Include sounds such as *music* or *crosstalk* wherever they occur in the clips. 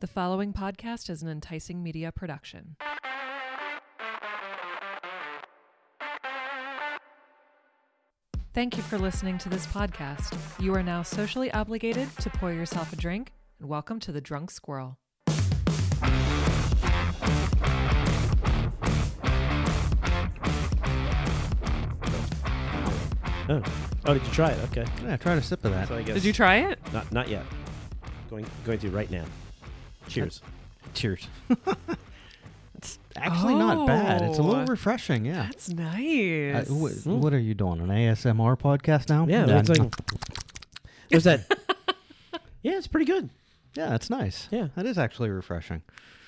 The following podcast is an enticing media production. Thank you for listening to this podcast. You are now socially obligated to pour yourself a drink, and welcome to the Drunk Squirrel. Oh. Oh, did you try it? Okay. Yeah, tried a sip of that. So I guess Did you try it? not not yet. Going going to right now. Cheers. Cheers. *laughs* it's actually not bad. It's a Oh. little refreshing. Yeah. That's nice. Uh, wh- what are you doing? An ASMR podcast now? Yeah, Nah, it's like *laughs* was that Yeah, it's pretty good. yeah, it's nice. Yeah. that is actually refreshing.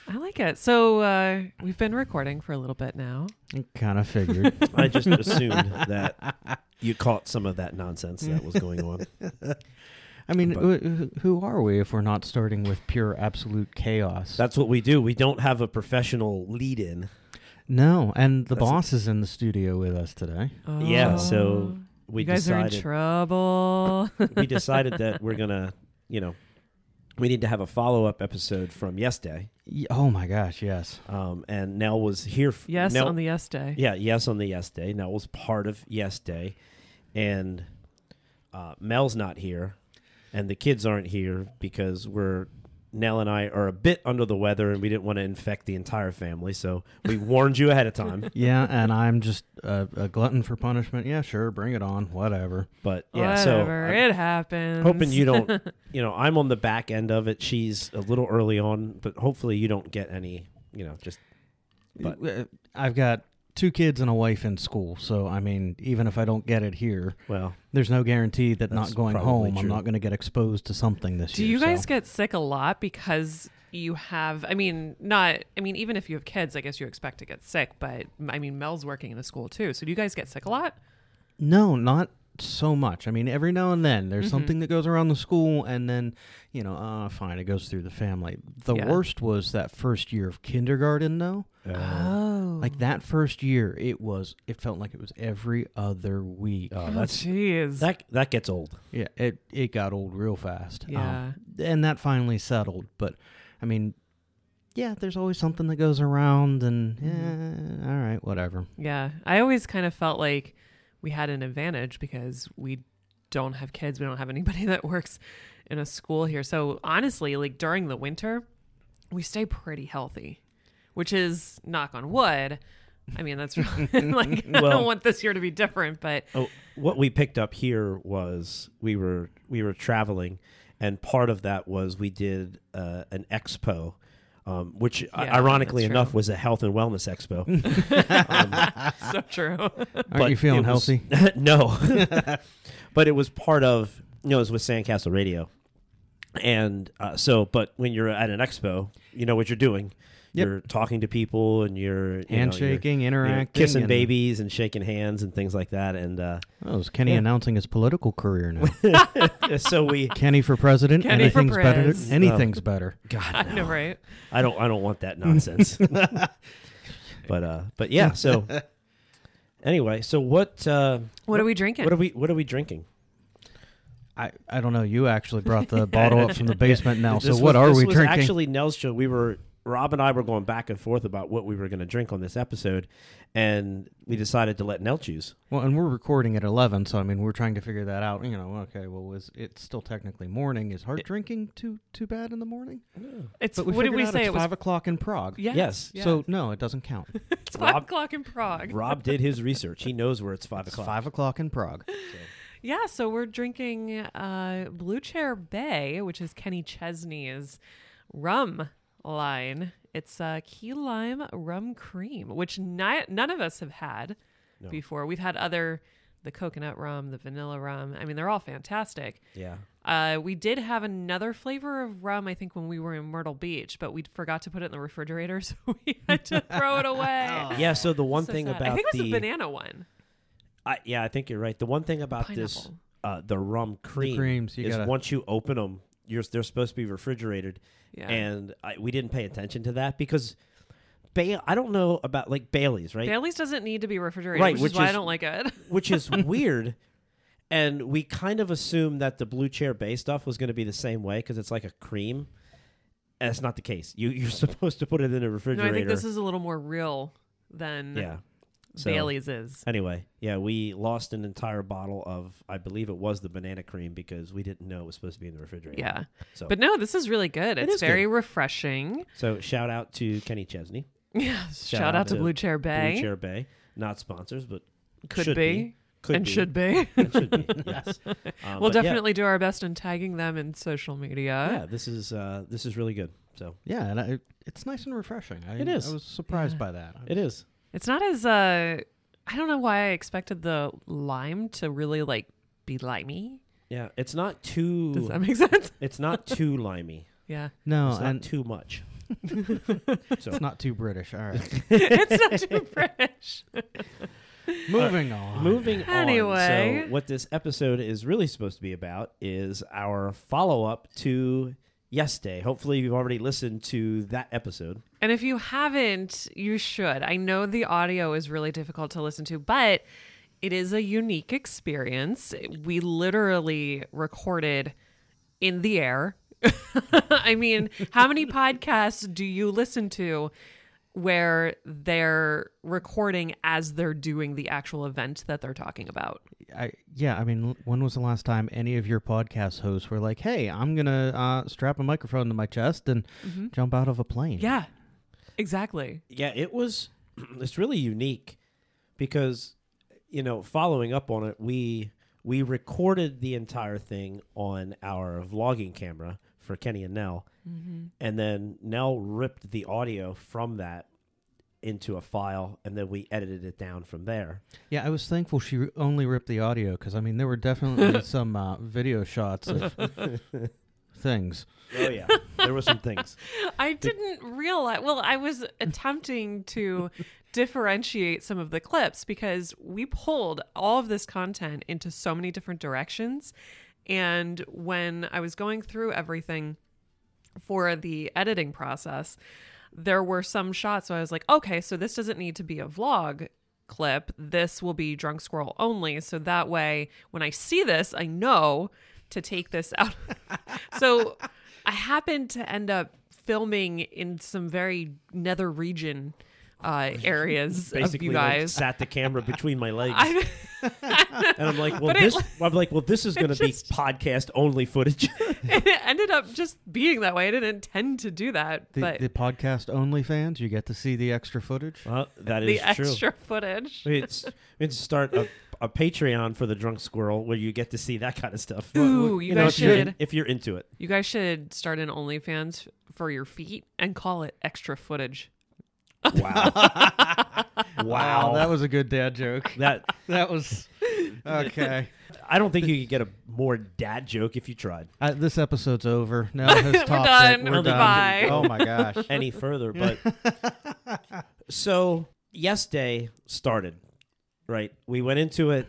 I like it. So uh, we've been recording for a little bit now. Kind of figured. *laughs* I just assumed that you caught some of that nonsense that was going *laughs* on. I mean, But- wh- wh- who are we if we're not starting with pure absolute chaos? That's what we do. We don't have a professional lead in. no, and the That's- boss is in the studio with us today. Yeah, Oh. so we you guys are in decided trouble. *laughs* *laughs* we decided that we're gonna you know we need to have a follow up episode from yesterday. Y- oh my gosh, yes. Um, and Nell was here. F- yes, Nell- on the yes day. Yeah, yes on the yes day. Nell was part of yes day, and uh, Mel's not here, and the kids aren't here because we're Nell and I are a bit under the weather, and we didn't want to infect the entire family, so *laughs* we warned you ahead of time. Yeah, and I'm just a, a glutton for punishment. Yeah, sure, bring it on. Whatever. But yeah, Whatever. so. I'm it happens. Hoping you don't, *laughs* you know, I'm on the back end of it. She's a little early on, but hopefully you don't get any, you know, just But- Uh, I've got two kids and a wife in school, so I mean, even if I don't get it here, well. there's no guarantee that That's not going probably home, true. I'm not going to get exposed to something this Do year. you guys so. get sick a lot because you have? I mean, not. I mean, even if you have kids, I guess you expect to get sick. But I mean, Mel's working in a school too. So do you guys get sick a lot? No, not so much. I mean, every now and then there's Mm-hmm. something that goes around the school, and then you know, uh, fine, it goes through the family. The Yeah. worst was that first year of kindergarten, though. Uh, Oh, Like that first year, it was. It felt like it was every other week. oh, Oh, that's jeez. that. That gets old. Yeah, it it got old real fast. Um, Yeah. and that finally settled, but I mean, yeah, there's always something that goes around and Mm-hmm. eh, all *laughs* right, whatever. yeah, I always kind of felt like we had an advantage because we don't have kids. We don't have anybody *laughs* that works in a school here. So honestly, like during the winter, we stay pretty healthy, which is knock on wood. I mean, that's *laughs* really, like I Well- don't want this year to be different, but Oh, what we picked up here was we were we were traveling, and part of that was we did uh, an expo, um, which i- Yeah, ironically that's true. enough was a health and wellness *laughs* expo. so true. *laughs* Aren't you feeling it was- healthy? *laughs* *laughs* no, but it was part of you know it was with Sandcastle Radio, and uh, so but when you're at an expo, you know what you're doing. Yep. You're talking to people and you're you know, you're- Handshaking, you're interacting, kissing and- babies and shaking hands and things like that. And *laughs* uh, Oh, is Kenny Yeah. announcing his political career *laughs* now? so we, Kenny for president. Kenny for anything's better. prez. Anything's better. God, I know, right? I don't I don't want that *laughs* nonsense. but uh but yeah, so anyway, so what uh What are we drinking? what are we what are we drinking? I, I don't know. You actually brought the bottle up *laughs* from the basement now. So This what was- are this we was drinking? Actually Nell's show we were Rob and I were going back and forth about what we were going to drink on this episode and we decided to let Nell choose. well, and we're recording at eleven, so I mean, we're trying to figure that out. You know, okay. Well, is it's still technically morning? Is hard drinking too too bad in the morning? it's But we what did figured we out say? It's It was five o'clock in Prague. yes. Yes. yeah. So no, it doesn't count. it's five Rob- o'clock in Prague. Rob did his research. He knows where it's 5 It's o'clock. five o'clock in Prague. Yeah, so we're drinking uh, Blue Chair Bay, which is Kenny Chesney's rum line. It's uh, key lime rum cream, which ni- none of us have had No. before. We've had other the coconut rum, the vanilla rum. I mean, they're all fantastic. Yeah. Uh, we did have another flavor of rum, I think, when we were in Myrtle Beach, but we forgot to put it in the refrigerator, *laughs* so we had to throw it away. Yeah, so the one So thing sad. about I think it was the a banana one. I, yeah, I think you're right. The one thing about this, Pineapple. uh, the rum cream, creams, you is gotta- once you open them, you're they're supposed to be refrigerated, Yeah. and I, we didn't pay attention to that because Bail. I don't know about like Bailey's, right? Bailey's doesn't need to be refrigerated, Right, which, which is why I is- don't like it. *laughs* Which is weird. And we kind of assumed that the blue chair bay stuff was going to be the same way because it's like a cream, that's not the case. You you're *laughs* supposed to put it in a No, refrigerator. I think this is a little more real than yeah. So- Bailey's is. Anyway, yeah, we lost an entire bottle of, I believe it was the banana cream because we didn't know it was supposed to be in the refrigerator. Yeah. So, But no, this is really good. It's is good. very refreshing. *laughs* so shout out to Kenny Chesney, Yeah. Shout, out to Blue Chair Bay. Blue Chair Bay. Not sponsors, but Could should be, be. could and be. should *laughs* be. And should be. *laughs* Yes. Um, we'll but yeah, definitely do our best in tagging them in social media. Yeah, this is uh, this is really good. So Yeah, and I, it's nice and refreshing. I, It is. I was surprised Yeah. by that. I it is. It's not as uh I don't know why I expected the lime to really like be limey. Yeah, it's not too. Does that Oh, make *laughs* sense? *laughs* It's not too *laughs* limey. Yeah. No, it's not and too much. so *laughs* it's not too British. *laughs* All right, it's not too fresh. moving on. Moving on. Oh, Anyway. So, what this episode is really supposed to be about is our follow up to Yesterday. Hopefully, you've already listened to that episode. And if you haven't, you should. I know the audio is really difficult to listen to, but it is a unique experience. We literally recorded in the air. *laughs* I mean, how many podcasts do you listen to where they're recording as they're doing the actual event that they're talking about? I, yeah, I mean, l- when was the last time any of your podcast hosts were like, "Hey, I'm gonna uh, strap a microphone to my chest and jump out of a plane"? Mm-hmm. Yeah, exactly. Yeah, it was. *clears throat* It's really unique because you know, following up on it, we we recorded the entire thing on our vlogging camera for Kenny and Nell, Mm-hmm. and then Nell ripped the audio from that into a file, and then we edited it down from there. yeah. I was thankful she r- only ripped the audio because I mean, there *laughs* were definitely some uh, video shots *laughs* of things. Oh yeah, *laughs* there were some things. I didn't realize. Well, I was attempting to differentiate some of the clips because we pulled all of this content into so many different directions. And when I was going through everything for the editing process, there were some shots. So I was like, okay, so this doesn't need to be a vlog clip. This will be Drunk Squirrel only. So that way, when I see this, I know to take this *laughs* out. so I happened to end up filming in some very nether region uh, areas *laughs* of Basically, you like, guys. sat the camera *laughs* between my legs, I, and I'm like, well, But it this. like- I'm like, well, this is going *laughs* to just- be podcast *laughs* only footage. it ended up just being that way. I didn't intend to do that, The, but the podcast only fans, you get to see the extra footage. well, that the is true. extra footage. It's it's start a, a Patreon for the Drunk Squirrel where you get to see that kind of stuff. Ooh, you guys if you're, should. if you're into it. You guys should start an OnlyFans for your feet and call it extra footage. *laughs* Wow, Wow, *laughs* wow. that was a good dad joke. *laughs* that that was okay. I don't think you could get a more dad joke if you tried Uh, this episode's over. Now *laughs* has topped done. It. We're Bye. done. Oh my gosh. any further. *laughs* But so yesterday started right. We went into it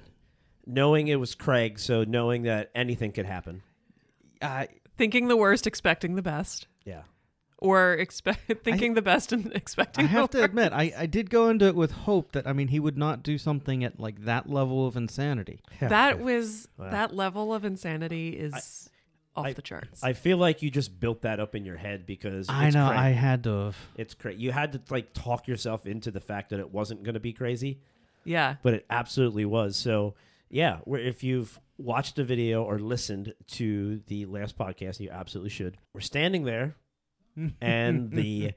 knowing it was Craig, so knowing that anything could happen. *laughs* *laughs* I Thinking the worst, expecting the best, Yeah. or expect *laughs* thinking the best and *laughs* I expecting have the to worst. admit, I, I did go into it with hope that I mean he would not do something at like that level of insanity. That was Wow. that level of insanity is off I- the charts. I feel like you just built that up in your head because I it's know Craig. I had to have. It's crazy. You had to like talk yourself into the fact that it wasn't going to be crazy, yeah, but it absolutely was. So, yeah, we're- if you've watched the video or listened to the last podcast, you absolutely should. We're standing there, and the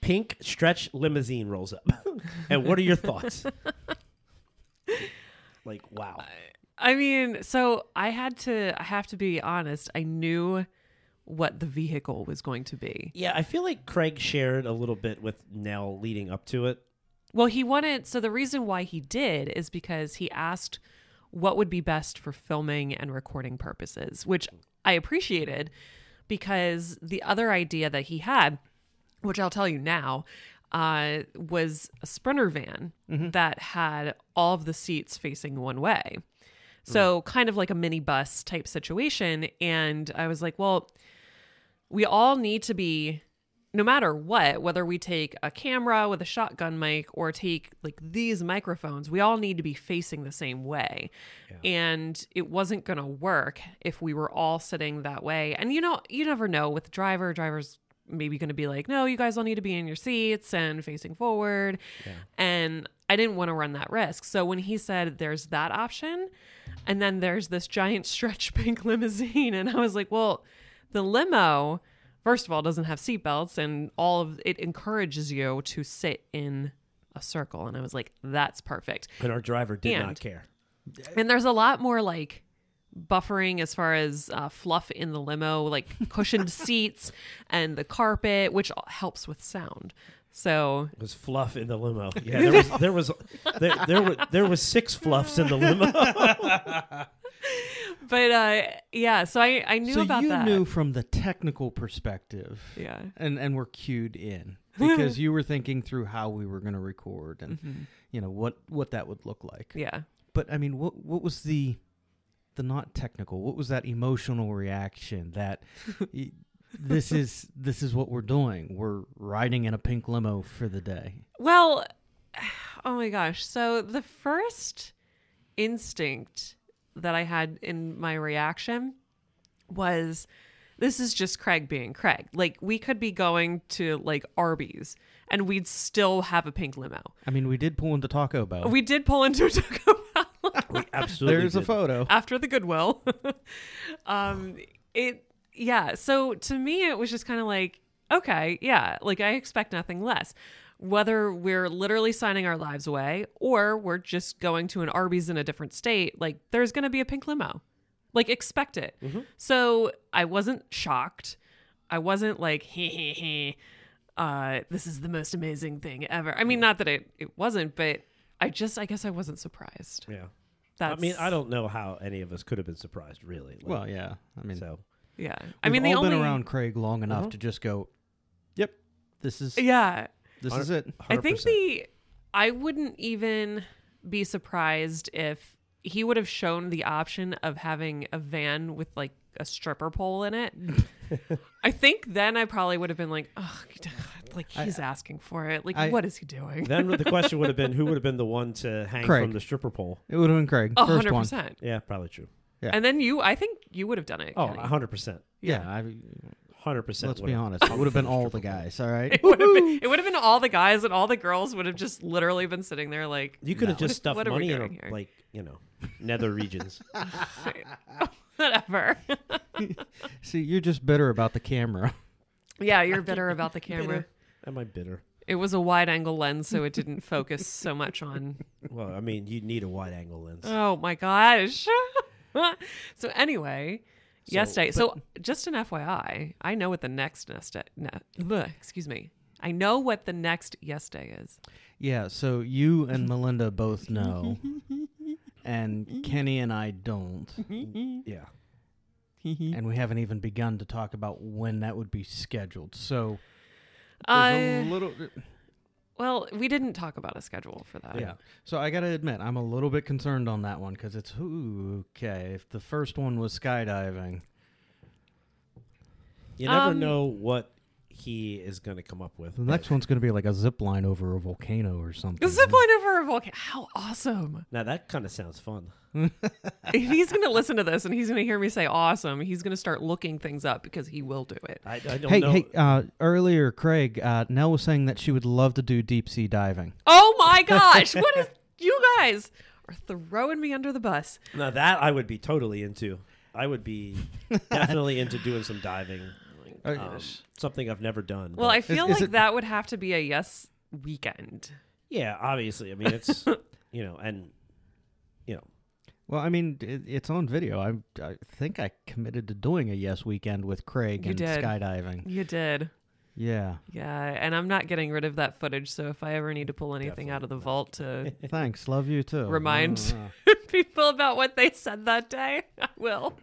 pink stretch limousine rolls up. *laughs* and what are your thoughts? like, wow. I mean, so I had to. I have to be honest. I knew what the vehicle was going to be. Yeah, I feel like Craig shared a little bit with Nell leading up to it. Well, he wanted. So the reason why he did is because he asked what would be best for filming and recording purposes, which I appreciated because the other idea that he had, which I'll tell you now, uh, was a sprinter van that had all of the seats facing one way. So, kind of like a mini bus type situation. And I was like, well, we all need to be no matter what whether we take a camera with a shotgun mic or take like these microphones we all need to be facing the same way and it wasn't going to work if we were all sitting that way and you know you never know with driver drivers maybe going to be like, no, you guys all need to be in your seats and facing forward. And I didn't want to run that risk. So when he said there's that option, and then there's this giant *laughs* stretch pink limousine, and I was like, well, the limo, first of all, doesn't have seatbelts, and all of it encourages you to sit in a circle. And I was like, that's perfect. And our driver did And- not care. And there's a lot more like buffering as far as uh, fluff in the limo, *laughs* like cushioned seats and the carpet, which helps with sound. So It was fluff in the *laughs* limo. Yeah, there was there was there, there were there was six fluffs in the *laughs* limo. But uh, yeah, so I I knew so about you that. knew from the technical perspective, yeah, and and were *laughs* cued in because you were thinking through how we were going to record and Mm-hmm. you know what what that would look like. yeah. But I mean, what what was the the not technical? What was that emotional reaction *laughs* that y- this is this is what we're doing? We're riding in a pink limo for the day. Well, *sighs* oh my gosh. So the first instinct that I had in my reaction was this is just Craig being Craig. Like we could be going to like Arby's and we'd still have a pink limo. I mean, we did pull into Taco Bell. We did pull into *laughs* a Taco Bell. We absolutely. There's a did. photo. after the goodwill *laughs* um it yeah so to me it was just kind of like okay yeah like i expect nothing less whether we're literally signing our lives away or we're just going to an arby's in a different state like there's going to be a pink limo like expect it Mm-hmm. so i wasn't shocked i wasn't like *laughs* hee hee hee uh, this is the most amazing thing ever. I mean, not that it, it wasn't, but I just, I guess I wasn't surprised. Yeah. That's, I mean, I don't know how any of us could have been surprised, really. Like, Well, yeah. I mean, so Yeah. I We've mean, the all only Uh-huh. been around Craig long enough Mhm. to just go, "Yep, this is Yeah. this Our- is it." I think 100%. the I wouldn't even be surprised if he would have shown the option of having a van with like a stripper pole in *laughs* it. I think then I probably would have been like, "Oh, God, like he's asking for it. Like, I- what is he doing?" then the question would have been who would have been the one to hang Craig. from the stripper pole? It would have been Craig. A First hundred one. percent. Yeah, probably true. Yeah. uh-huh. And then you, I think you would have done it. Oh, Kenny. 100%. Yeah, I, let let's be honest. It would have been all *laughs* the guys. All right. It would have been. It would have been all the guys and all the girls would have just literally been sitting there like, You could have No. just stuffed What are we money in, doing a, here? like, you know, nether regions. whatever. *laughs* See, you're just bitter about the camera. yeah, you're bitter about the camera. Bitter. Am I bitter? It was a wide angle lens, so it didn't focus so *laughs* much on. Well, I mean, you need a wide angle lens. Oh my gosh. *laughs* so, anyway, So- yesterday. So, just an FYI, I know what the next nest. Ne, bleh, excuse me. I know what the next yes day is. Yeah. So you *laughs* and Melinda both know, and Kenny and I don't, yeah. and we haven't even begun to talk about when that would be scheduled. So there's a I little. well, we didn't talk about a schedule for that. uh, Yeah. So I got to admit, I'm a little bit concerned on that one because it's ooh, okay. If the first one was skydiving, You never Um, know what he is going to come up with. the next but- one's going to be like a zip line over a volcano or A something. zip line over a volcano. How awesome. *laughs* Now, that kind of sounds fun. If he's going to listen to this and he's going to hear me say awesome, he's going to start looking things up because he will do it. I, I don't Hey, know. hey! Uh, earlier, Craig uh, Nell was saying that she would love to do deep sea diving. Oh my gosh. what is. You guys are throwing me under the bus. Now, that I would be totally into. I would *laughs* be definitely into doing some diving. Uh, Um, something I've never done. Well, but- I feel is like it- that would have to be a yes weekend. Yeah, obviously. I *laughs* mean, it's you know, and you know, Well, I mean, it, it's on video. I, I think I committed to doing a yes weekend with Craig You and did. skydiving. You did. Yeah, Yeah, and I'm not getting rid of that footage, so if I ever need to pull anything out of the vault *laughs* to thanks. Love you too. Remind- Uh, people about what they said that day, *laughs* I will.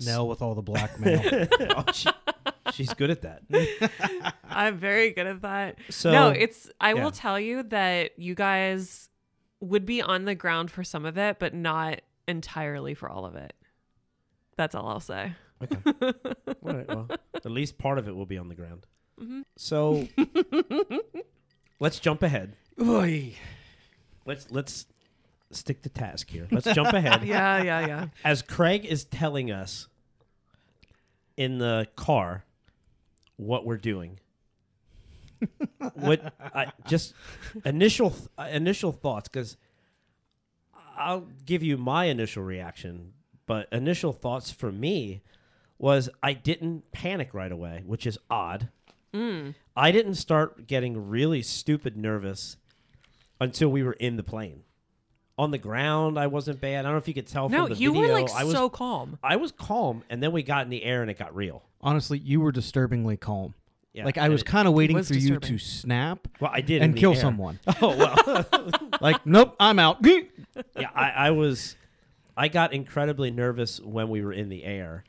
Nell with all *laughs* the blackmail. oh, she, she's good at that. I'm very good at that. So no, it's I yeah. will tell you that you guys would be on the ground for some of it, but not entirely for all of it. That's all I'll say. all right, well, at least part of it will be on the ground. Mm-hmm. So let's jump ahead. Oy. Let's let's stick to task here. Let's *laughs* jump *laughs* ahead. Yeah, yeah, yeah. As Craig is telling us in the car what *laughs* we're doing. what I just initial th- uh, initial thoughts because I'll give you my initial reaction, but initial thoughts for me was I didn't panic right away, which is odd. Mm. I didn't start getting really stupid nervous until we were in the plane. On the ground, I wasn't bad. I don't know if you could tell No, from the you video. were like I was so *laughs* calm. I was calm, and then we got in the air and it got real. Honestly, you were disturbingly calm. Yeah, like I and was it- kind of waiting was for disturbing. you to snap well, I did in and the kill air. someone. *laughs* Oh well, *laughs* like, nope, *laughs* I'm out. yeah. I, I was, I got incredibly nervous when we were in the air,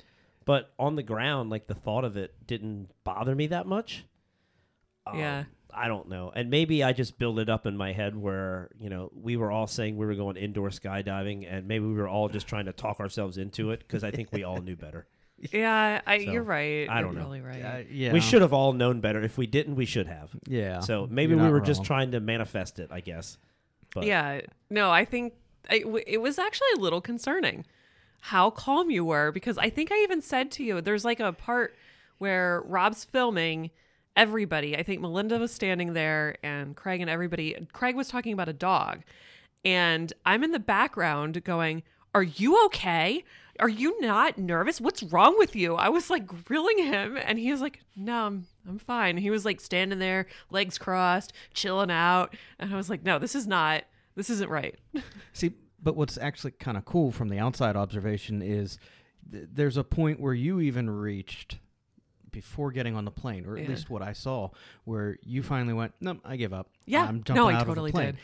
but on the ground, like the thought of it didn't bother me that much. Um, Yeah. I don't know, and maybe I just build it up in my head where you know we were all saying we were going indoor skydiving, and maybe we were all just trying to talk ourselves into it because I think we all knew better. Yeah, I, So, you're right. I don't you're know. Really right. Uh, *laughs* yeah, We should have all known better. If we didn't, we should have. Yeah. So maybe you're we not were just wrong. trying to manifest it, I guess. But yeah. No, I think I, w- it was actually a little concerning how calm you were because I think I even said to you, there's like a part where Rob's filming everybody. I think Melinda was standing there and Craig and everybody. Craig was talking about a dog. And I'm in the background going, Are you okay? Are you not nervous? What's wrong with you? I was like grilling him, and he was like, No, I'm, I'm fine. He was like standing there, legs crossed, chilling out. And I was like, No, this is not, this isn't *laughs* right. See, but what's actually kind of cool from the outside observation is th- there's a point where you even reached before getting on the plane, or at Yeah. least what I saw, where you finally went, "Nope, I give up. Yeah. I'm jumping No, I out totally of the plane." did.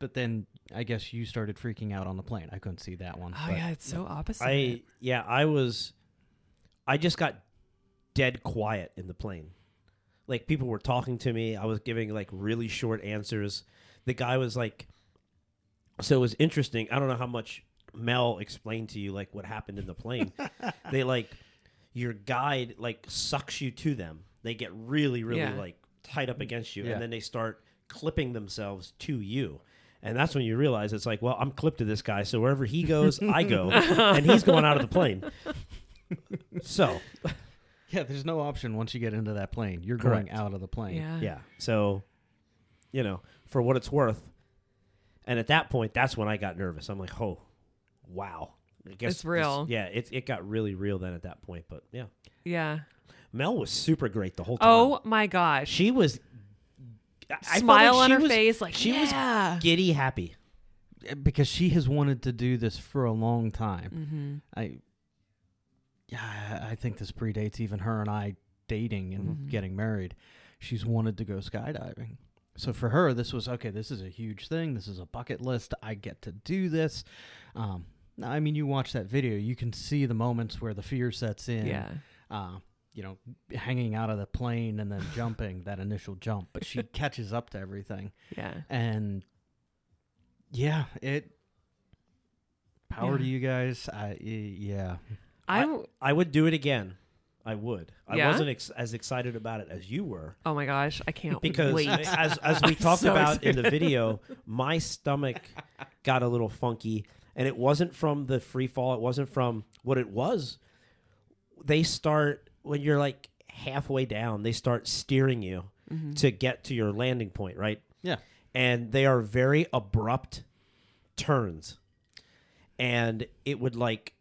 But then I guess you started freaking out on the plane. I couldn't see that one. Oh, but- yeah, it's so opposite. I yeah, I was I just got dead quiet in the plane. Like people were talking to me. I was giving like really short answers. The guy was like so it was interesting. I don't know how much Mel explained to you like what happened in *laughs* the plane. they like your guide like sucks you to them. They get really really Yeah. like tied Mm-hmm. up against you Yeah. and then they start clipping themselves to you. And that's when you realize it's like, well, I'm clipped to this guy, so wherever he goes, *laughs* I go, and he's going out of the plane. So Yeah, there's no option once you get into that plane. You're Correct. going out of the plane. yeah. yeah, so you know, for what it's worth. And at that point, that's when I got nervous. I'm like, oh, wow, I guess It's real. This, yeah, it it got really real then at that point. But yeah, Yeah. Mel was super great the whole time. Oh my gosh. she was. I- I felt Smile like on she her was- face, like, she "Yeah." was giddy happy. Uh, Because she has wanted to do this for a long time. Mm-hmm. I yeah, I I think this predates even her and I dating and Mhm. getting married. She's wanted to go skydiving. So for her, this was okay. This is a huge thing. This is a bucket list. I get to do this. Um, I mean, you watch that video, you can see the moments where the fear sets in. Yeah. Uh, you know, hanging out of the plane and then jumping that initial jump, *laughs* but she catches up to everything. Yeah. And yeah, it. Power to Yeah. you guys. I y- yeah. I, w- I would do it again. I would. Yeah? I wasn't ex- as excited about it as you were oh my gosh, I can't because wait. as *laughs* as we talked so about in the video, my stomach got a little funky and it wasn't from the free fall, it wasn't from what it was. They start when you're like halfway down, they start steering you Mm-hmm. to get to your landing point, right? Yeah. and they are very abrupt turns. And it would like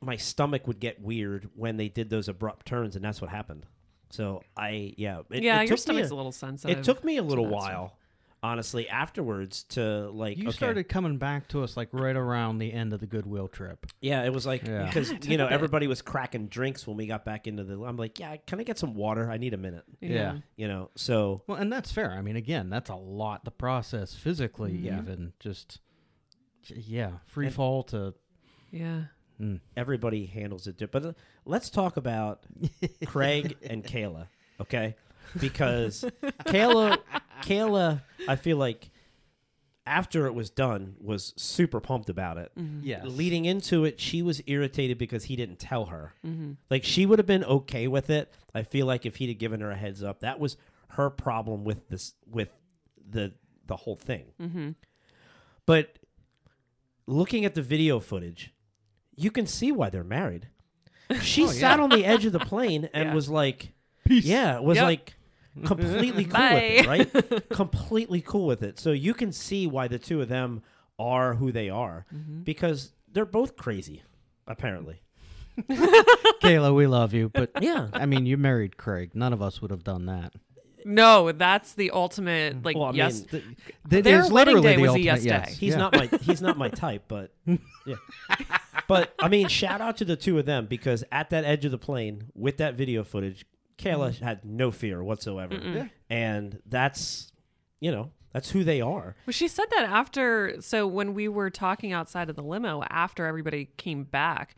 my stomach would get weird when they did those abrupt turns, and that's what happened. So I yeah it, yeah, it your took me stomach's a- a little sensitive. It took me a little that stuff. while, honestly, afterwards to like You okay. started coming back to us like right around the end of the Goodwill trip. Yeah, it was like Yeah. because *laughs* it took you know a bit. everybody was cracking drinks when we got back into the. I'm like, yeah, can I get some water? I need a minute. Yeah. You know, so Well, and that's fair. I mean, again, that's a lot to process physically, Mm-hmm. Yeah. even just j- yeah, free And- fall to. yeah. Mm. everybody handles it different. But uh, let's talk about Craig and Kayla, okay? Because Kayla, Kayla, I feel like after it was done, was super pumped about it. Mm. Yes. Leading into it, she was irritated because he didn't tell her. Like she would have been okay with it. I feel like if he'd have given her a heads up, that was her problem with this with the the whole thing. Mm-hmm. But looking at the video footage, you can see why they're married. She Oh, yeah. sat on the edge of the plane and Yeah. was like, Peace. Yeah, it was Yep. like completely cool with it, right? completely cool with it. So you can see why the two of them are who they are because they're both crazy, apparently. *laughs* Kayla, we love you, but *laughs* Yeah. I mean, you married Craig. None of us would have done that. No, that's the ultimate. Like Well, I mean, yes, Th- Their there's wedding literally day the was a ultimate yes day. He's Yeah. not my he's not my type, *laughs* but yeah. But I mean, shout out to the two of them because at that edge of the plane with that video footage, Kayla had no fear whatsoever, Mm-hmm. Yeah. and that's you know that's who they are. Well, she said that after. So when we were talking outside of the limo after everybody came back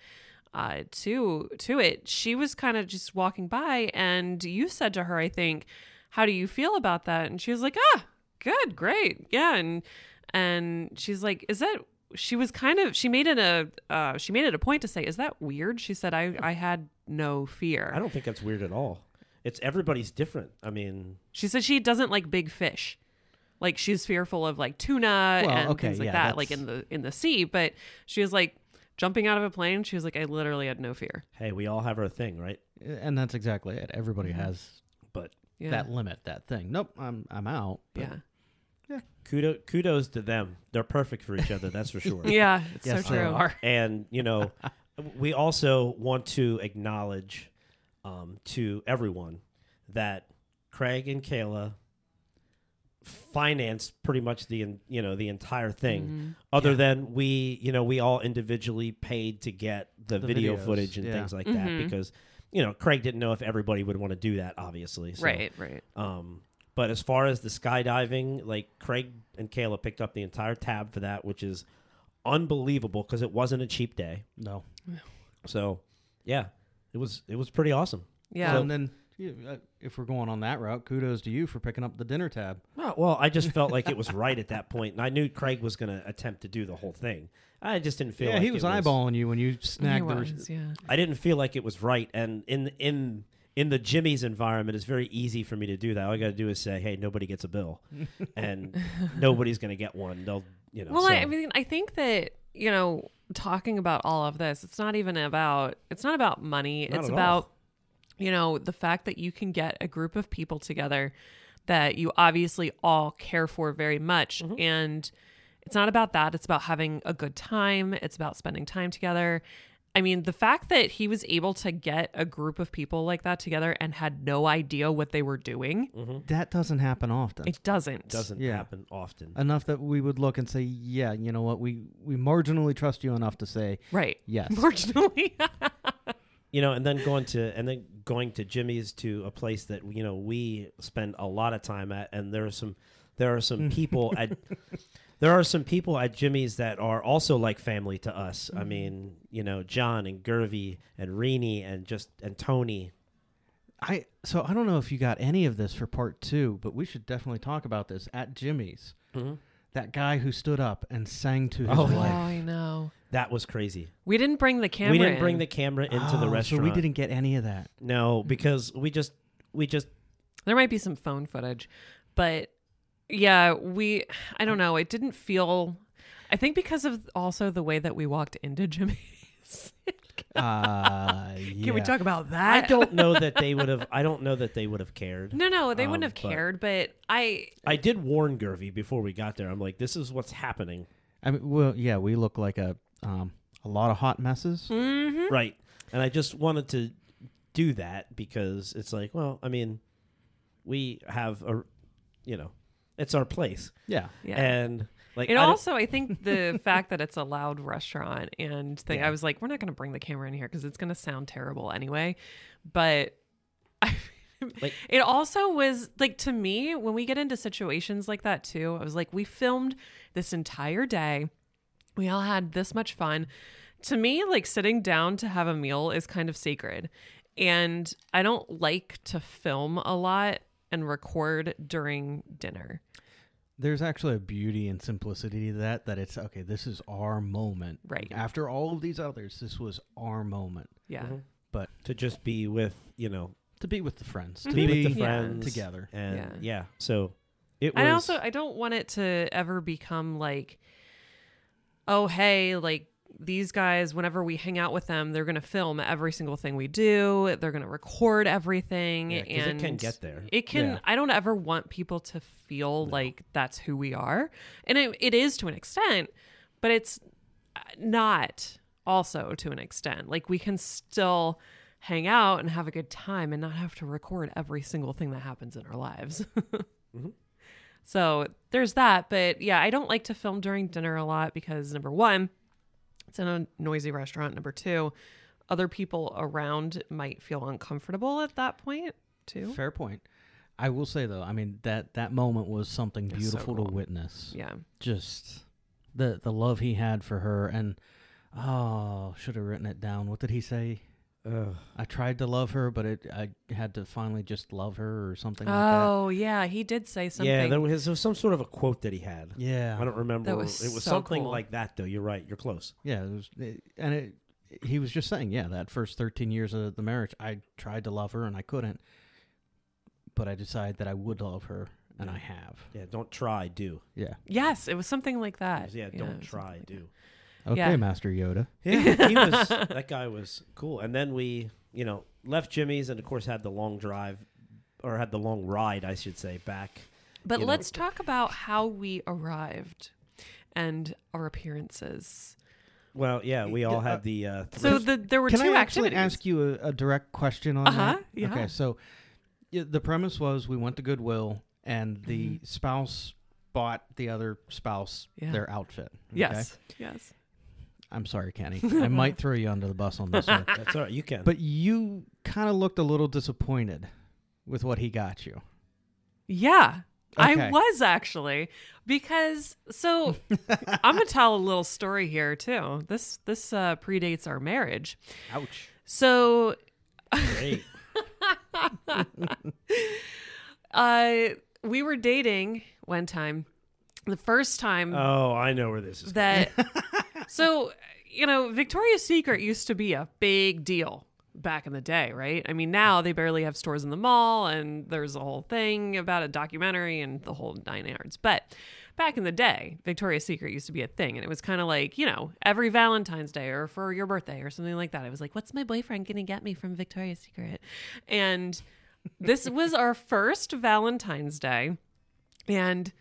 uh, to to it, she was kind of just walking by, and you said to her, "I think, how do you feel about that?" And she was like, "Ah, good, great, yeah." And and she's like, "Is that?" She was kind of. She made it a. Uh, she made it a point to say, "Is that weird?" She said, "I I had no fear." I don't think that's weird at all. It's everybody's different. I mean, She said she doesn't like big fish. Like she's fearful of like tuna Well, and okay, things like yeah, that, like that's- in the in the sea. But she was like jumping out of a plane. She was like, I literally had no fear. hey, we all have our thing, right? and that's exactly it. Everybody has But Mm-hmm. Yeah. that limit, that thing. Nope, I'm I'm out. but- yeah. kudos kudos to them. They're perfect for each other. That's for sure. Yeah. It's Yes, so they true. are. *laughs* And you know, we also want to acknowledge um, to everyone that Craig and Kayla financed pretty much the en- you know the entire thing. Other than we you know we all individually paid to get the, The video videos, footage and yeah. things like that because you know Craig didn't know if everybody would want to do that. Obviously, so, Right, right. Um, but as far as the skydiving, like Craig and Kayla picked up the entire tab for that, which is unbelievable because it wasn't a cheap day. No. So, yeah, it was it was pretty awesome. Yeah. and then you- uh, if we're going on that route, kudos to you for picking up the dinner tab. Well, well, I just felt like it was right at that point, and I knew Craig was going to attempt to do the whole thing. I just didn't feel yeah, like he was it eyeballing you when you He snagged the. re- was, yeah. I didn't feel like it was right, and in in in the Jimmy's environment, it's very easy for me to do that. All I got to do is say, "Hey, nobody gets a *laughs* bill," and nobody's going to get one. They'll, you know. Well, I, so- I mean, I think that you know, talking about all of this, it's not even about it's not about money. Not it's at about all. you know the fact that you can get a group of people together that you obviously all care for very much, Mm-hmm. and it's not about that. It's about having a good time. It's about spending time together. I mean, the fact that he was able to get a group of people like that together and had no idea what they were doing, That doesn't happen often. it doesn't. Mm. doesn't Yeah. happen often. enough that we would look and say, yeah, you know what, we we marginally trust you enough to say, Right. *laughs* Yes. Fortunately. Oh, you know, and then going to and then going to Jimmy's to a place that you know we spend a lot of time at, and there are some there are Mm. some people *laughs* at there are some people at Jimmy's that are also like family to us. Mm-hmm. I mean, you know, John and Gervy and Reenie and just and Tony. I so I don't know if you got any of this for part two, but we should definitely talk about this at Jimmy's. That guy who stood up and sang to his Oh, wife. oh, I know. That was crazy. We didn't bring the camera. we didn't bring in. the camera into Oh, the restaurant. So we didn't get any *laughs* of that. No, because we just we just There might be some phone footage, but yeah, we. I don't know. It didn't feel. I think because of also the way that we walked into *laughs* Jimmy's. Uh, Can we talk about I that? *laughs* don't know that they would have I don't know that they would have cared. No, no, they wouldn't Um, have but- cared. But I. I did warn Gervy before we got there. I'm like, this is what's happening. I mean, well, yeah, we look like a um, a lot of hot messes. Hmm. Right. And I just wanted to do that because it's like, well, I mean, we have a, you know, it's our place. Yeah, Yeah. And like, it I don't- also, I think, *laughs* the fact that it's a loud restaurant and thing. I was like, we're not going to bring the camera in here because it's going to sound terrible anyway. But *laughs* like, It also was like to me when we get into situations like that too. I was like, we filmed this entire day. We all had this much fun. To me, like sitting down to have a meal is kind of sacred. And I don't like to film a lot and record during dinner. there's actually a beauty and simplicity to that. That it's okay. This is our moment. Right. After all of these others, this was our moment. Yeah. But to just be with, you know, to be with the friends, to Mm-hmm. be, be, with the Yeah. friends together. And yeah. Yeah. So it was. I also I don't want it to ever become like, oh hey, like these guys, whenever we hang out with them, they're going to film every single thing we do. They're going to record everything, Yeah, 'cause it and can get there. It can. Yeah. I don't ever want people to feel like that's who we are, and it, it is to an extent, but it's uh, not also to an extent. Like we can still hang out and have a good time and not have to record every single thing that happens in our lives. *laughs* Mm-hmm. So there's that. But yeah, I don't like to film during dinner a lot because number one, it's in a noisy restaurant. Number two, other people around might feel uncomfortable at that point too. Fair point. I will say though, I mean that that moment was something It's so beautiful to cool. witness. Yeah. Just the the love he had for her, and oh, should have written it down. What did he say? Ugh. I tried to love her, but it I had to finally just love her or something like oh yeah, he did say something. yeah, there was, there was some sort of a quote that he had. that. Yeah, I don't remember. That was it was so something cool. like that, though. You're right. You're close. yeah. It was, it- and it, he was just saying, yeah, that first thirteen years of the marriage, I tried to love her and I couldn't, but I decided that I would love her, and Yeah. I have. Yeah, don't try, do. Yeah. Yes, it was something like It that. was, yeah, don't something try, like that. do. Okay, Yeah. Master Yoda. Yeah, *laughs* he was. That guy was cool. And then we, you know, left Jimmy's, and of course had the long drive, or had the long ride, I should say, back. But you know. let's talk about how we arrived and our appearances. Well, yeah, we all Yeah, uh, had the uh, So thrift. the, there were Can two I actually activities. ask you a, a direct question on Uh-huh, that? yeah. Okay, so y- the premise was we went to Goodwill and the spouse bought the other spouse Mm-hmm. Yeah. their outfit. okay? yes. Yes. I'm *laughs* sorry, Kenny. I might throw you under the bus on this one. That's all right. You can. But you kind of looked a little disappointed with what he got you. Yeah. I Okay. was actually because *laughs* so I'm gonna tell a little story here too. This this uh, predates our marriage. ouch. So Great. uh, we were dating one time, the first time Oh, I know where this is. that. *laughs* so you know, Victoria's Secret used to be a big deal back in the day, right? I mean, now they barely have stores in the mall, and there's a whole thing about a documentary and the whole nine yards. But back in the day, Victoria's Secret used to be a thing, and it was kind of like you know, every Valentine's Day or for your birthday or something like that. I was like, "What's my boyfriend gonna get me from Victoria's Secret?" And this was our first Valentine's Day, and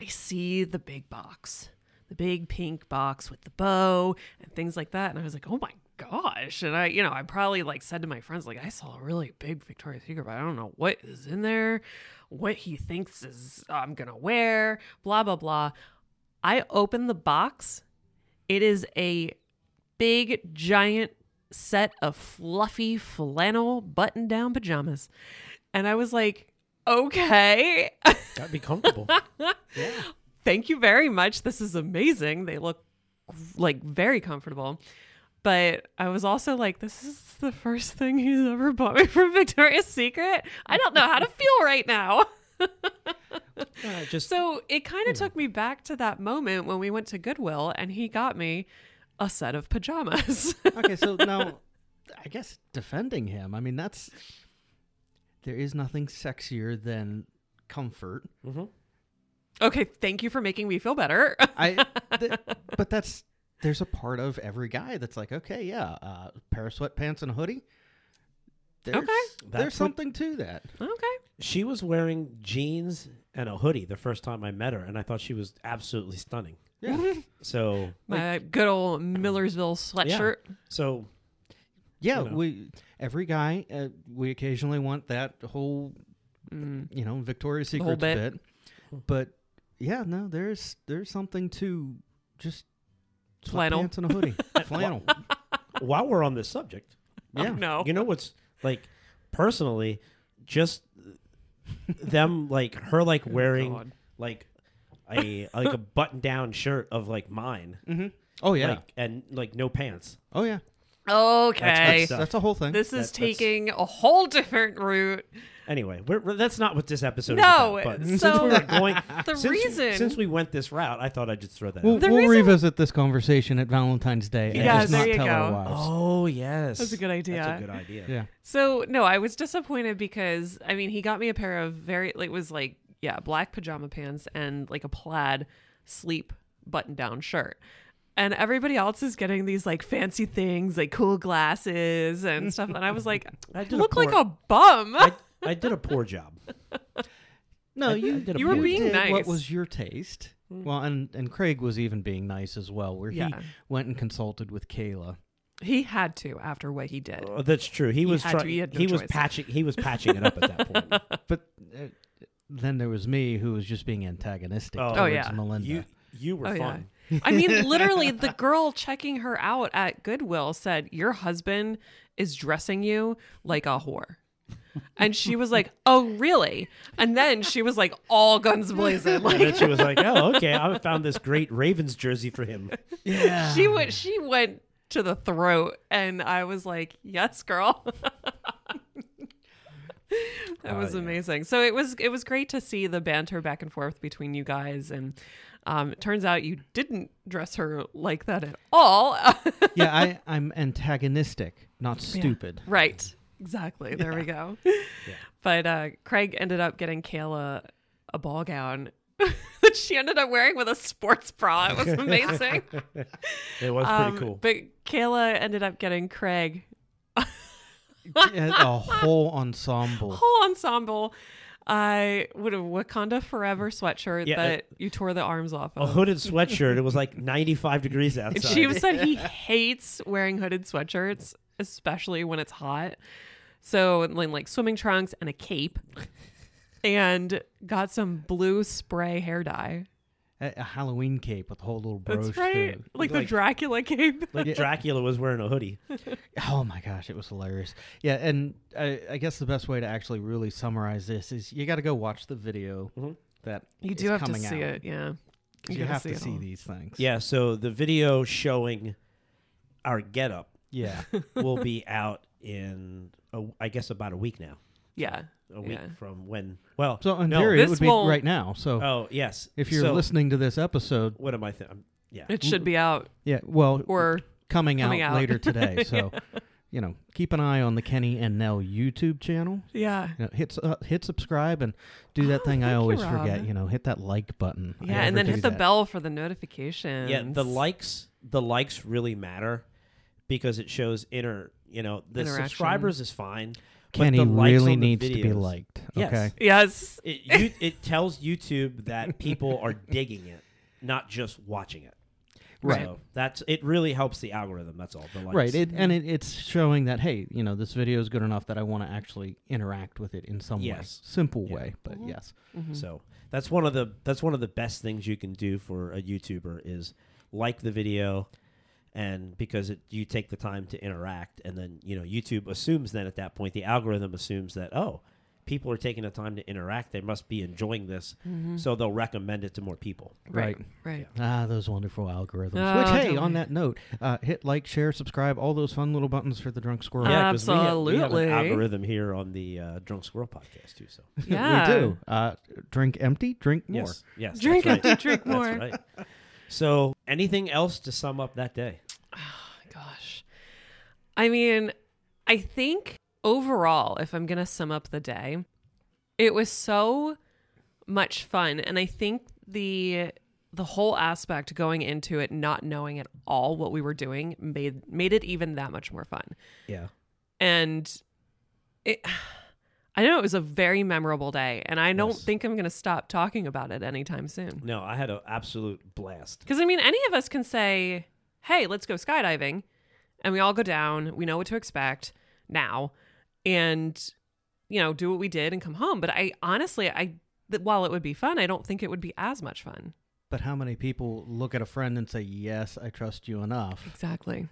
I see the big box, the big pink box with the bow and things like that. And I was like, oh my gosh. And I, you know, I probably like said to my friends, like, I saw a really big Victoria's Secret, but I don't know what is in there, what he thinks is I'm going to wear, blah, blah, blah. I open the box. It is a big, giant set of fluffy flannel button down pajamas. And I was like, okay. Gotta *laughs* be comfortable. thank you very much. This is amazing. They look like very comfortable. But I was also like, this is the first thing he's ever bought me from Victoria's Secret. I don't know how to feel right now. *laughs* Uh, just So it kind Hmm. of took me back to that moment when we went to Goodwill and he got me a set of pajamas. *laughs* Okay, so now *laughs* I guess defending him. I mean, that's there is nothing sexier than comfort. mm-hmm. okay, thank you for making me feel better. *laughs* I, *laughs* th- but that's there's a part of every guy that's like, okay, yeah, uh, pair of sweatpants and a hoodie. There's, That's there's what- something to that. okay. she was wearing jeans and a hoodie the first time I met her, and I thought she was absolutely stunning. *laughs* Yeah, So My good old Millersville sweatshirt. so yeah. You know. We every guy uh, we occasionally want that whole, Mm. you know, Victoria's The whole Secret bit. but yeah, no, there's there's something to just Flannel. sweatpants and *laughs* a hoodie, flannel. while we're on this subject, Oh, Yeah, no. you know what's like personally, just them like her like wearing Oh, God. like a like a button down shirt of like mine, hmm Oh yeah, like and like no pants. oh yeah. Okay. That's good That's a whole thing. This is That- that's- taking a whole different route. Anyway, we're, we're- that's not what this episode No, is about. so- But since we were going, *laughs* The since, reason- since we went this route, I thought I'd just throw that. We'll, out. The we'll reason- revisit this conversation at Valentine's Day and Yeah, just there not you tell our go. wives. Oh yes, That's a good idea. That's a good idea. Yeah. So no, I was disappointed because I mean he got me a pair of very like it was like yeah black pajama pants and like a plaid sleep button down shirt, and everybody else is getting these like fancy things, like cool glasses and stuff. And I was like, *laughs* I did you look poor, like a bum. I, I did a poor job. No, I- you I did a you were poor being job. did nice. Mm. What was your taste? Well, and and Craig was even being nice as well, where he Yeah. went and consulted *laughs* with Kayla. He had to after what he did. Oh, that's true. He was had to. trying. He He, had no was choice. patching. He was patching it up at that point. *laughs* But uh, then there was me, who was just being antagonistic Oh. Oh, towards yeah. Melinda. you you were Oh, yeah. fun. I *laughs* mean, literally, the girl checking her out at Goodwill said, Your husband is dressing you like a whore. And she was *laughs* like, Oh, really? And then she was like, All guns *laughs* blazing. And then she was like, "Oh, okay. I found this great Ravens jersey for him." yeah, She went, she went to the throat. And I was like, Yes, girl. *laughs* that Oh, was yeah. amazing. So it was, it was great to see the banter back and forth between you guys. And um, it turns out you didn't dress her like that at all. *laughs* yeah. I I'm antagonistic, not stupid. *laughs* Right. Exactly. There we go. But uh, Craig ended up getting Kayla a ball gown *laughs* that she ended up wearing with a sports bra. It was amazing. It was Um, pretty cool. But Kayla ended up getting Craig Yeah, a whole ensemble. whole ensemble. I would have Wakanda Forever sweatshirt Yeah, Oh, that you tore the arms off a of. hooded sweatshirt. It was like 95 *laughs* degrees And outside. she was said he hates wearing hooded sweatshirts, especially when it's hot. So in like swimming trunks and a cape, and got some blue spray hair dye. A, a Halloween cape with a whole little brooch. That's right, thing. like, the Dracula cape. like Dracula was wearing a hoodie. Oh my gosh, it was hilarious. Yeah, and I, I guess the best way to actually really summarize this is you got to go watch the video Mm-hmm. that You is do have to coming see out. it, yeah. You, gotta have to it see all. these things. Yeah. So the video showing our getup *laughs* yeah. will *laughs* be out in, a, I guess, about a week now. Yeah, A week Yeah. from when? Well, So in no. theory, This it would be won't- right now. So Oh yes. if you're So, listening to this episode, what am I thinking? Yeah. it should be out yeah, well, or coming, coming out, out. *laughs* later today. So you know, keep an eye on the Kenny and Nell YouTube channel. yeah, You know, hit su- uh, hit subscribe and do that Oh, thing I thank you, always Rob. forget. You know, hit that like button. I yeah, never and then do hit the that. bell for the notifications. Yeah, the likes the likes really matter because it shows inner you know the Interaction. subscribers is fine. Kenny but the likes really on the needs to be videos- liked. Yes. Okay. Yes, It you, it tells YouTube that people *laughs* are digging it, not just watching it. Right. So that's it. Really helps the algorithm. That's all. The likes. Right, it, and it, it's showing that hey, you know, this video is good enough that I want to actually interact with it in some Yes. way, simple Yeah. way, Mm-hmm. but yes, So that's one of the that's one of the best things you can do for a YouTuber is like the video, and because it, you take the time to interact, and then you know YouTube assumes then at that point the algorithm assumes that oh people are taking the time to interact they must be enjoying this Mm-hmm. so they'll recommend it to more people right, right. right. ah, those wonderful algorithms. Oh, Which hey, don't on we- that note, uh, hit like, share, subscribe, all those fun little buttons for the drunk squirrel. Yeah, 'cause we have- we have, Absolutely. an algorithm here on the uh, drunk squirrel podcast too so Yeah, *laughs* we do. Uh, drink empty, drink more. yes yes Drink that's after drink right. more. *laughs* that's right so anything else to sum up that day Gosh. I mean, I think overall, if I'm going to sum up the day, it was so much fun and I think the the whole aspect going into it not knowing at all what we were doing made made it even that much more fun. yeah And it *sighs* I know it was a very memorable day and I don't Yes. think I'm going to stop talking about it anytime soon. no i had an absolute blast Because I mean, any of us can say, "Hey, let's go skydiving," and we all go down. We know what to expect now, and you know, do what we did and come home. But I honestly, I th- while it would be fun, I don't think it would be as much fun. But how many people look at a friend and say, "Yes, I trust you enough Exactly.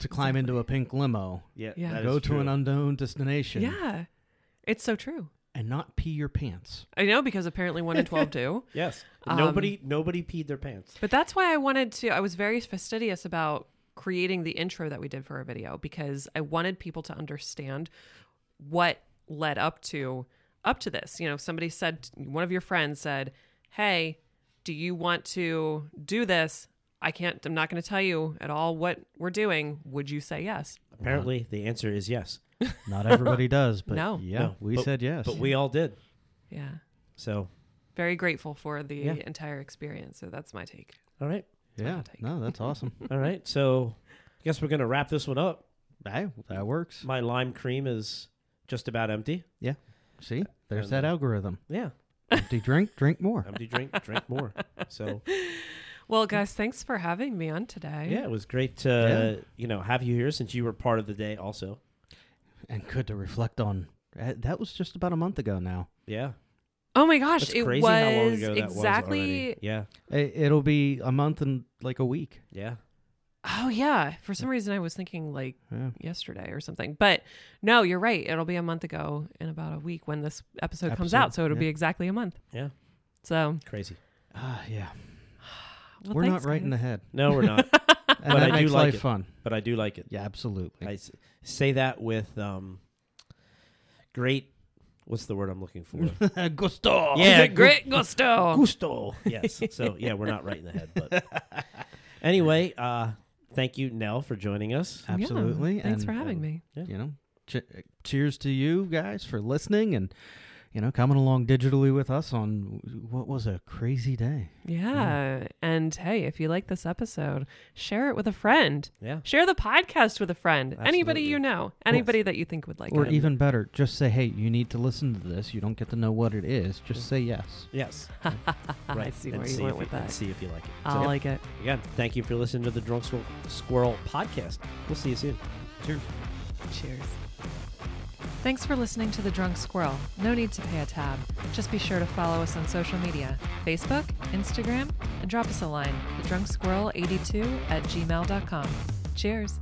to climb into a pink limo, Yeah, Yeah. that go is to true. an unknown destination, Yeah, it's so true. and not pee your pants." I know because apparently one in twelve do. yes. Um, nobody nobody peed their pants. But that's why I wanted to. I was very fastidious about creating the intro that we did for our video because I wanted people to understand what led up to up to this. You know, somebody said one of your friends said, "Hey, do you want to do this?" I can't. I'm not going to tell you at all what we're doing. Would you say yes? Uh-huh. Apparently, the answer is yes. *laughs* Not everybody does, but No. yeah, No, we but- said yes. But we all did. Yeah. So, Very grateful for the Yeah. entire experience. So that's my take. all right. That's my yeah. take. No, that's *laughs* awesome. All right, so I guess we're gonna wrap this one up. hey, that works. My lime cream is just about empty. See, there's And, that uh, *laughs* algorithm. Yeah, Empty drink, drink more. empty drink, drink more. *laughs* So Well, guys, thanks for having me on today. yeah, it was great to Yeah. you know have you here since you were part of the day also. And good to reflect on. Uh, That was just about a month ago now. Yeah, Oh my gosh, That's it crazy was how long ago that exactly. was already. Yeah, It, Eh, it'll be a month and like a week. yeah. oh yeah. For some reason, I was thinking like Yeah. yesterday or something. But no, you're right. It'll be a month ago in about a week when this episode, comes Episode, out. So it'll yeah. be exactly a month. Yeah. So Crazy. Ah, yeah. well, We're thanks, not right in the guys. *laughs* head. No, we're not. And But that I do makes like life it. fun. but I do like it. Yeah, absolutely. I s- say that with um, great. What's the word I'm *laughs* looking for? *laughs* Gusto. Yeah, gu- great gusto. gusto. *laughs* Yes. So yeah, we're not right in the head, but *laughs* anyway, uh, thank you, Nell, for joining us. Yeah, Absolutely. thanks and, um, for having and- me. You know, che- eh, cheers to you guys for listening and you know coming along digitally with us on what was a crazy day. Yeah. And hey, if you like this episode, share it with a friend. Yeah. Share the podcast with a friend. Anybody Absolutely. you know. Anybody that you think would like or it. even better, just say, "Hey, you need to listen to this. You don't get to know what it is. Just say yes." *laughs* Yes. I see and where see you went if with and that. See if you like it. e- I So, like it. again, thank you for listening to the Drunk Squirrel, Squirrel podcast. We'll see you soon. Cheers. Cheers. Thanks for listening to The Drunk Squirrel. No need to pay a tab. Just be sure to follow us on social media Facebook, Instagram, and drop us a line, thedrunksquirrel82 at gmail.com. Cheers.